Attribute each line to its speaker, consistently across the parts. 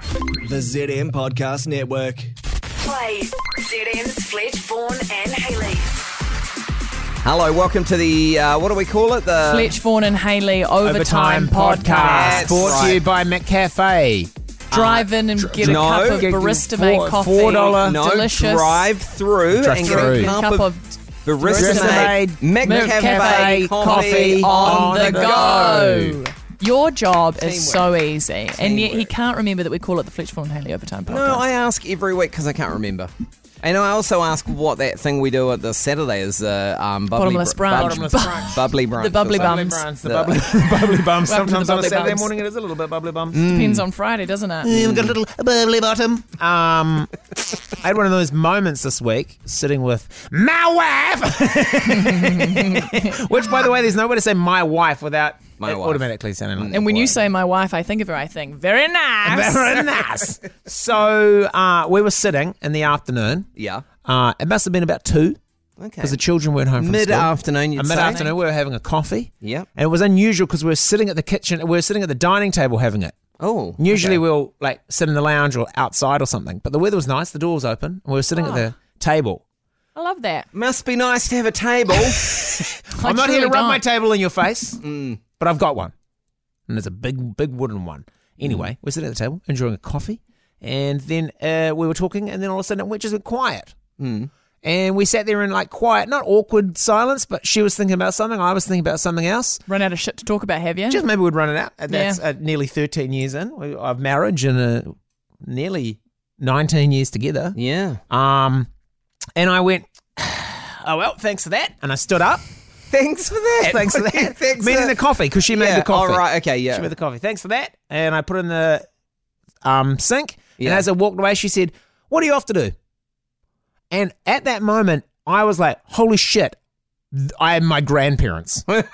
Speaker 1: The ZM Podcast Network.
Speaker 2: Play ZM's Fletch, Vaughan, and Haley.
Speaker 3: Hello, welcome to the uh, what do we call it? The
Speaker 4: Fletch
Speaker 5: Um,
Speaker 4: Vaughan and Haley Overtime, Podcast.
Speaker 3: Podcast.
Speaker 5: Brought to you
Speaker 3: right.
Speaker 5: by McCafe.
Speaker 4: Drive in and get
Speaker 3: no,
Speaker 4: a cup of
Speaker 5: get-
Speaker 4: barista
Speaker 5: four-
Speaker 4: made coffee.
Speaker 5: $4
Speaker 3: no
Speaker 4: delicious
Speaker 3: drive through and get a
Speaker 5: Drive-through.
Speaker 3: cup,
Speaker 4: cup
Speaker 3: of
Speaker 4: of
Speaker 3: barista made
Speaker 5: Barista-made
Speaker 4: Milk
Speaker 3: McCafe
Speaker 4: Cafe
Speaker 3: coffee
Speaker 4: coffee on the go.
Speaker 5: go.
Speaker 4: Your job is so
Speaker 3: Teamwork.
Speaker 4: easy, and yet he
Speaker 3: Teamwork.
Speaker 4: can't remember that we call it the Fletch Vaughan and Haley Overtime Podcast.
Speaker 3: No, I ask every week because I can't remember. And I also ask what that thing we do at the Saturday is uh, um, bubbly
Speaker 4: Bottomless
Speaker 3: br-
Speaker 4: brunch.
Speaker 3: bub-
Speaker 5: Bottomless brunch.
Speaker 3: bubbly brunch.
Speaker 4: The bubbly
Speaker 3: or something.
Speaker 4: bum.
Speaker 5: Brands, the
Speaker 3: The-
Speaker 5: bubbly, bubbly bums.
Speaker 4: Welcome to the
Speaker 5: Sometimes on
Speaker 4: bubbly
Speaker 5: a Saturday
Speaker 4: bums.
Speaker 5: morning it is a little bit bubbly bums.
Speaker 4: Depends on Friday, doesn't it?
Speaker 5: We've got a little bubbly bottom. Um, I had one of those moments this week, sitting with my wife. Which, by the way, there's no way to say my wife without
Speaker 3: My
Speaker 5: it
Speaker 3: wife.
Speaker 5: automatically sounding like
Speaker 4: And when you say my wife, I think of her. I think very nice.
Speaker 5: Very nice. So uh, we were sitting in the afternoon.
Speaker 3: Yeah.
Speaker 5: Uh, it must have been about two
Speaker 3: Okay.
Speaker 5: because the children weren't home from school.
Speaker 3: Mid afternoon, you'd
Speaker 5: Mid
Speaker 3: say.
Speaker 5: afternoon, we were having a coffee.
Speaker 3: Yep.
Speaker 5: And it was unusual because we were sitting at the kitchen, we were sitting at the dining table having it.
Speaker 3: Oh.
Speaker 5: And Usually
Speaker 3: okay.
Speaker 5: we'll like sit in the lounge or outside or something, but the weather was nice, the door was open, and we were sitting
Speaker 3: Ah.
Speaker 5: at the table.
Speaker 4: I love that.
Speaker 3: Must be nice to have a table.
Speaker 5: I'm not here to
Speaker 4: truly
Speaker 5: rub my
Speaker 4: don't.
Speaker 5: table in your face, Mm. but I've got one. And it's a big, big wooden one. Anyway, we're sitting at the table enjoying a coffee, and then uh, we were talking, and then all of a sudden we just went quiet. And we sat there in like quiet, not awkward silence, but she was thinking about something, I was thinking about something else.
Speaker 4: Run out of shit to talk about, have you?
Speaker 5: Just maybe we'd run it out. And That's
Speaker 4: Yeah.
Speaker 5: uh, nearly 13 years in we- of marriage and uh, nearly 19 years together.
Speaker 3: yeah.
Speaker 5: Um, and I went, oh, well, thanks for that. And I stood up.
Speaker 3: Thanks for that.
Speaker 5: Thanks for that.
Speaker 3: Thanks
Speaker 5: Meaning
Speaker 3: for-
Speaker 5: the coffee, because she made
Speaker 3: Yeah,
Speaker 5: the coffee.
Speaker 3: All right. Okay. Yeah.
Speaker 5: She made the coffee. Thanks for that. And I put it in the um, sink.
Speaker 3: Yeah.
Speaker 5: And as I walked away, she said, What are you off to do? And at that moment, I was like, Holy shit. th- I am my grandparents. That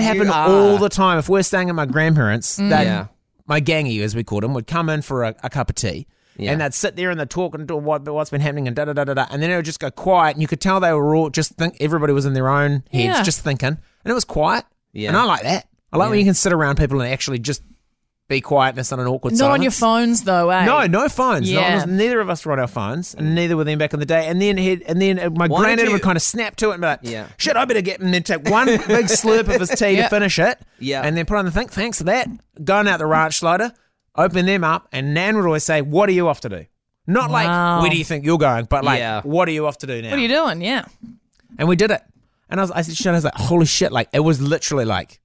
Speaker 5: happened
Speaker 3: are.
Speaker 5: all the time. If we're staying at my grandparents, they'd-
Speaker 3: Yeah.
Speaker 5: my gangy, as we called them, would come in for a, a cup of tea.
Speaker 3: Yeah.
Speaker 5: And they'd sit there and they'd talk and do what, what's been happening and da da da da da. And then it would just go quiet. And you could tell they were all just think, everybody was in their own heads,
Speaker 4: Yeah.
Speaker 5: just thinking. And it was quiet.
Speaker 3: Yeah.
Speaker 5: And I like that. I like when you can sit around people and actually just be quiet and it's not an awkward
Speaker 4: not on your phones
Speaker 5: silence.
Speaker 4: though, eh?
Speaker 5: No, no phones. No,
Speaker 4: Yeah.
Speaker 5: it was- neither of us were on our phones, and neither were them back in the day. And then, he'd, and then uh, my
Speaker 3: Why don't
Speaker 5: granddad
Speaker 3: you-
Speaker 5: would kind of snap to it and be like,
Speaker 3: Yeah.
Speaker 5: "Shit, I better get him." And then take one big slurp of his tea
Speaker 4: Yeah.
Speaker 5: to finish it.
Speaker 3: Yeah.
Speaker 5: and then put on the thing. Thanks for that. Going out the ranch slider, open them up, and Nan would always say, "What are you off to do?" Not
Speaker 4: Wow.
Speaker 5: like where do you think you're going, but like,
Speaker 3: Yeah.
Speaker 5: "What are you off to do now?"
Speaker 4: What are you doing? Yeah.
Speaker 5: and we did it. And I was, I said, "Shit!" I was like, "Holy shit!" Like it was literally like.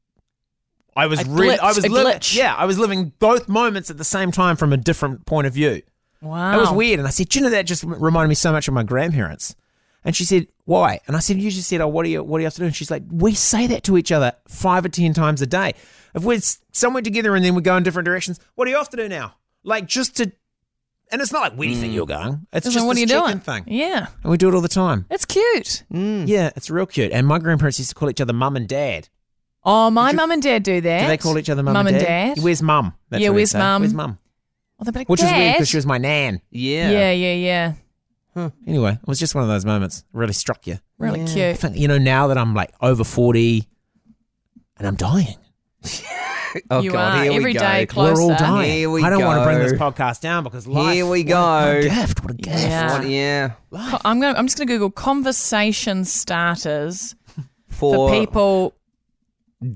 Speaker 5: I was
Speaker 4: A
Speaker 5: really, I
Speaker 4: glitch,
Speaker 5: was
Speaker 4: a
Speaker 5: living,
Speaker 4: glitch.
Speaker 5: yeah, I was living both moments at the same time from a different point of view.
Speaker 4: Wow.
Speaker 5: That
Speaker 4: Oh.
Speaker 5: was weird. And I said, "Do you know, that just reminded me so much of my grandparents. And she said, why? And I said, you just said, oh, what are you, what are you have to do? And she's like, we say that to each other five or 10 times a day. If we're s- somewhere together and then we go in different directions, what are you off to do now? Like just to, and it's not like, where do you think you're going? It's
Speaker 4: Just
Speaker 5: just
Speaker 4: like, what are
Speaker 5: this
Speaker 4: you doing?
Speaker 5: check-in thing.
Speaker 4: Yeah.
Speaker 5: And we do it all the time.
Speaker 4: It's cute.
Speaker 5: Yeah, it's real cute. And my grandparents used to call each other mum and dad.
Speaker 4: Oh, my mum and dad do that.
Speaker 5: Do they call each other mum,
Speaker 4: mum
Speaker 5: and dad? Where's mum?
Speaker 4: Yeah,
Speaker 5: what they'd
Speaker 4: where's
Speaker 5: say.
Speaker 4: mum?
Speaker 5: Where's mum?
Speaker 4: Oh, they'll be like,
Speaker 5: Which is weird
Speaker 4: "Dad?"
Speaker 5: because she was my nan.
Speaker 3: Yeah.
Speaker 4: Yeah, yeah, yeah. yeah.
Speaker 5: Anyway, it was just one of those moments. Really struck you.
Speaker 4: Really
Speaker 5: I
Speaker 4: cute.
Speaker 5: think, you know, now that I'm like over 40 and I'm dying,
Speaker 3: Oh
Speaker 4: you
Speaker 3: God.
Speaker 4: are
Speaker 3: Here
Speaker 4: every
Speaker 3: we go.
Speaker 4: day closer.
Speaker 5: we're all dying.
Speaker 3: Here we
Speaker 5: I don't want to bring
Speaker 3: go.
Speaker 5: this podcast down because life.
Speaker 3: Here we
Speaker 5: what a- What
Speaker 3: go.
Speaker 5: a gift. What a gift.
Speaker 4: Yeah.
Speaker 3: What- yeah.
Speaker 4: Co- I'm going. to I'm just going to Google conversation starters
Speaker 3: For,
Speaker 4: for people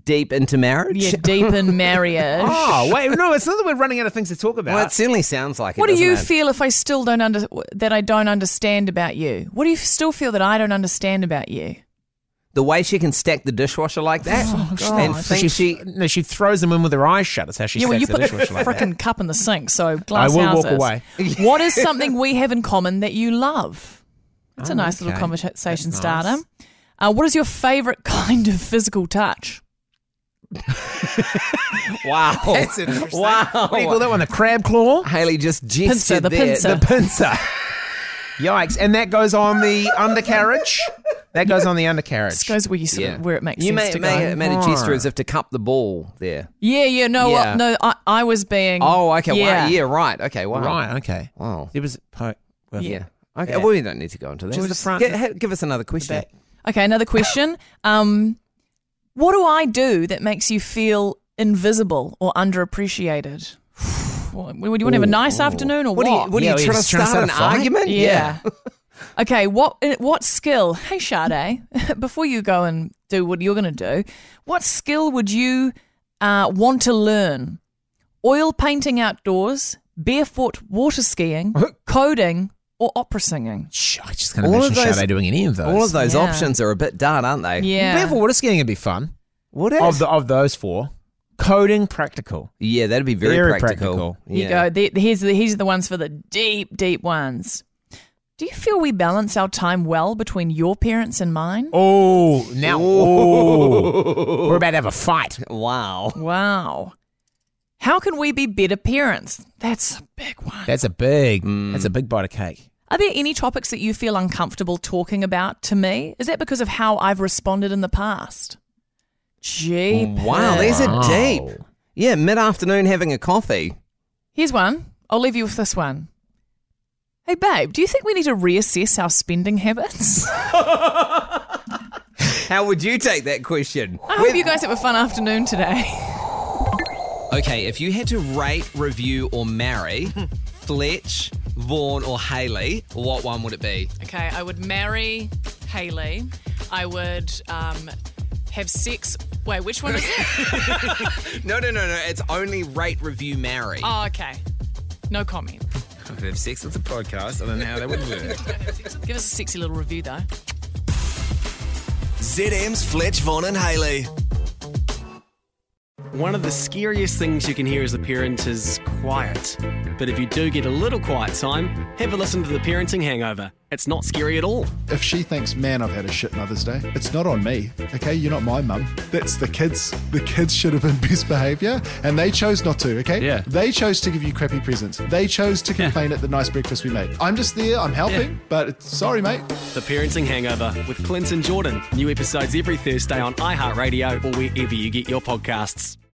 Speaker 3: deep into marriage.
Speaker 4: yeah, deep in marriage.
Speaker 5: Oh, wait. No, it's not that we're running out of things to talk about.
Speaker 3: Well, it certainly sounds like it.
Speaker 4: What do
Speaker 3: doesn't
Speaker 4: you
Speaker 3: it?
Speaker 4: feel if I still don't under that I don't understand about you? What do you still feel that I don't understand about you?
Speaker 3: The way she can stack the dishwasher like that,
Speaker 4: Oh,
Speaker 3: and
Speaker 5: Oh, So
Speaker 3: think
Speaker 5: she,
Speaker 3: she,
Speaker 5: no, she throws them in with her eyes shut. That's how she
Speaker 4: yeah, well, you
Speaker 5: stacks
Speaker 4: put
Speaker 5: the
Speaker 4: the
Speaker 5: dishwasher like
Speaker 4: frickin'
Speaker 5: that.
Speaker 4: cup in the sink, so glass
Speaker 5: will walk
Speaker 4: houses.
Speaker 5: away.
Speaker 4: what is something we have in common that you love? That's
Speaker 5: Oh,
Speaker 4: a nice little
Speaker 5: okay.
Speaker 4: conversation
Speaker 5: That's nice.
Speaker 4: starter. Uh, what is your favourite kind of physical touch?
Speaker 3: wow,
Speaker 5: That's interesting.
Speaker 3: wow.
Speaker 5: What do you call that one? The crab claw?
Speaker 3: Haley just
Speaker 4: Pincer,
Speaker 3: gestured
Speaker 4: the
Speaker 3: there.
Speaker 4: pincer.
Speaker 5: The pincer. Yikes. And that goes on the undercarriage? That goes on the undercarriage.
Speaker 4: This goes where you sort
Speaker 3: Yeah.
Speaker 4: of, where it makes
Speaker 3: you
Speaker 4: sense
Speaker 3: made,
Speaker 4: to go.
Speaker 3: made, made a gesture
Speaker 5: Right.
Speaker 3: as if to cup the ball there.
Speaker 4: Yeah, yeah, no,
Speaker 3: Yeah.
Speaker 4: uh, no, I, I was being.
Speaker 3: Oh, okay.
Speaker 4: Yeah,
Speaker 3: Wow. Yeah. Right. Okay. Wow.
Speaker 5: Right, okay.
Speaker 3: Wow.
Speaker 5: It was. Po- well,
Speaker 3: Yeah. Okay.
Speaker 5: Yeah.
Speaker 3: Well, we don't need to go into that.
Speaker 5: Just the front
Speaker 3: Get-
Speaker 5: and-
Speaker 3: ha- give us another question.
Speaker 5: back.
Speaker 4: Okay, another question. um, what do I do that makes you feel invisible or underappreciated? What, what do you want to have a nice afternoon or
Speaker 3: What
Speaker 4: what?
Speaker 3: are you, what
Speaker 5: Yeah,
Speaker 3: are
Speaker 5: we're
Speaker 3: you trying to
Speaker 5: just trying
Speaker 3: start,
Speaker 5: to
Speaker 3: an
Speaker 5: start a fight?
Speaker 3: argument?
Speaker 4: Yeah. okay, what what skill? Hey, Sade, before you go and do what you're going to do, what skill would you uh, want to learn? Oil painting outdoors, barefoot water skiing, coding, or opera singing?
Speaker 5: Shh, I just can't
Speaker 3: All
Speaker 5: imagine
Speaker 3: of those-
Speaker 5: Sade doing any of those.
Speaker 3: All of those
Speaker 4: Yeah.
Speaker 3: options are a bit dud, aren't they?
Speaker 4: Yeah.
Speaker 5: Barefoot water skiing would be fun.
Speaker 3: What
Speaker 5: Of
Speaker 3: is?
Speaker 5: the, of those four, coding practical.
Speaker 3: yeah, that'd be very,
Speaker 5: Very
Speaker 3: practical.
Speaker 5: practical.
Speaker 4: You
Speaker 3: Yeah.
Speaker 4: go. The, here's the, these are the ones for the deep, deep ones. Do you feel we balance our time well between your parents and mine?
Speaker 5: Oh, now oh, we're about to have a fight.
Speaker 3: Wow.
Speaker 4: Wow. How can we be better parents? That's a big one.
Speaker 5: That's a big. That's a big bite of cake.
Speaker 4: Are there any topics that you feel uncomfortable talking about to me? Is that because of how I've responded in the past? Gee.
Speaker 3: Mm, Wow, these are
Speaker 5: Wow.
Speaker 3: deep. Yeah, mid afternoon having a coffee.
Speaker 4: Here's one. I'll leave you with this one. Hey, babe, do you think we need to reassess our spending habits?
Speaker 3: How would you take that question?
Speaker 4: I hope you guys have a fun afternoon today.
Speaker 3: Okay, if you had to rate, review, or marry Fletch, Vaughn, or Haley, what one would it be?
Speaker 4: Okay, I would marry Haley. I would um, have sex. Wait, which one is it?
Speaker 3: No, no, no, no. It's only rate, review, marry.
Speaker 4: Oh, okay. No comment.
Speaker 3: could have sex with the podcast. I don't know how that would work.
Speaker 4: Give us a sexy little review, though.
Speaker 1: ZM's Fletch, Vaughn, and Haley.
Speaker 6: One of the scariest things you can hear as a parent is quiet. But if you do get a little quiet time, have a listen to The Parenting Hangover. It's not scary at all.
Speaker 7: If she thinks, man, I've had a shit Mother's Day, it's not on me. Okay, you're not my mum. That's the kids. The kids should have been best behaviour, and they chose not to. Okay,
Speaker 6: Yeah.
Speaker 7: They chose to give you crappy presents. They chose to complain at the nice breakfast we made. I'm just there. I'm helping, but it's, sorry, mate.
Speaker 6: The Parenting Hangover with Clint and Jordan. New episodes every Thursday on iHeartRadio or wherever you get your podcasts.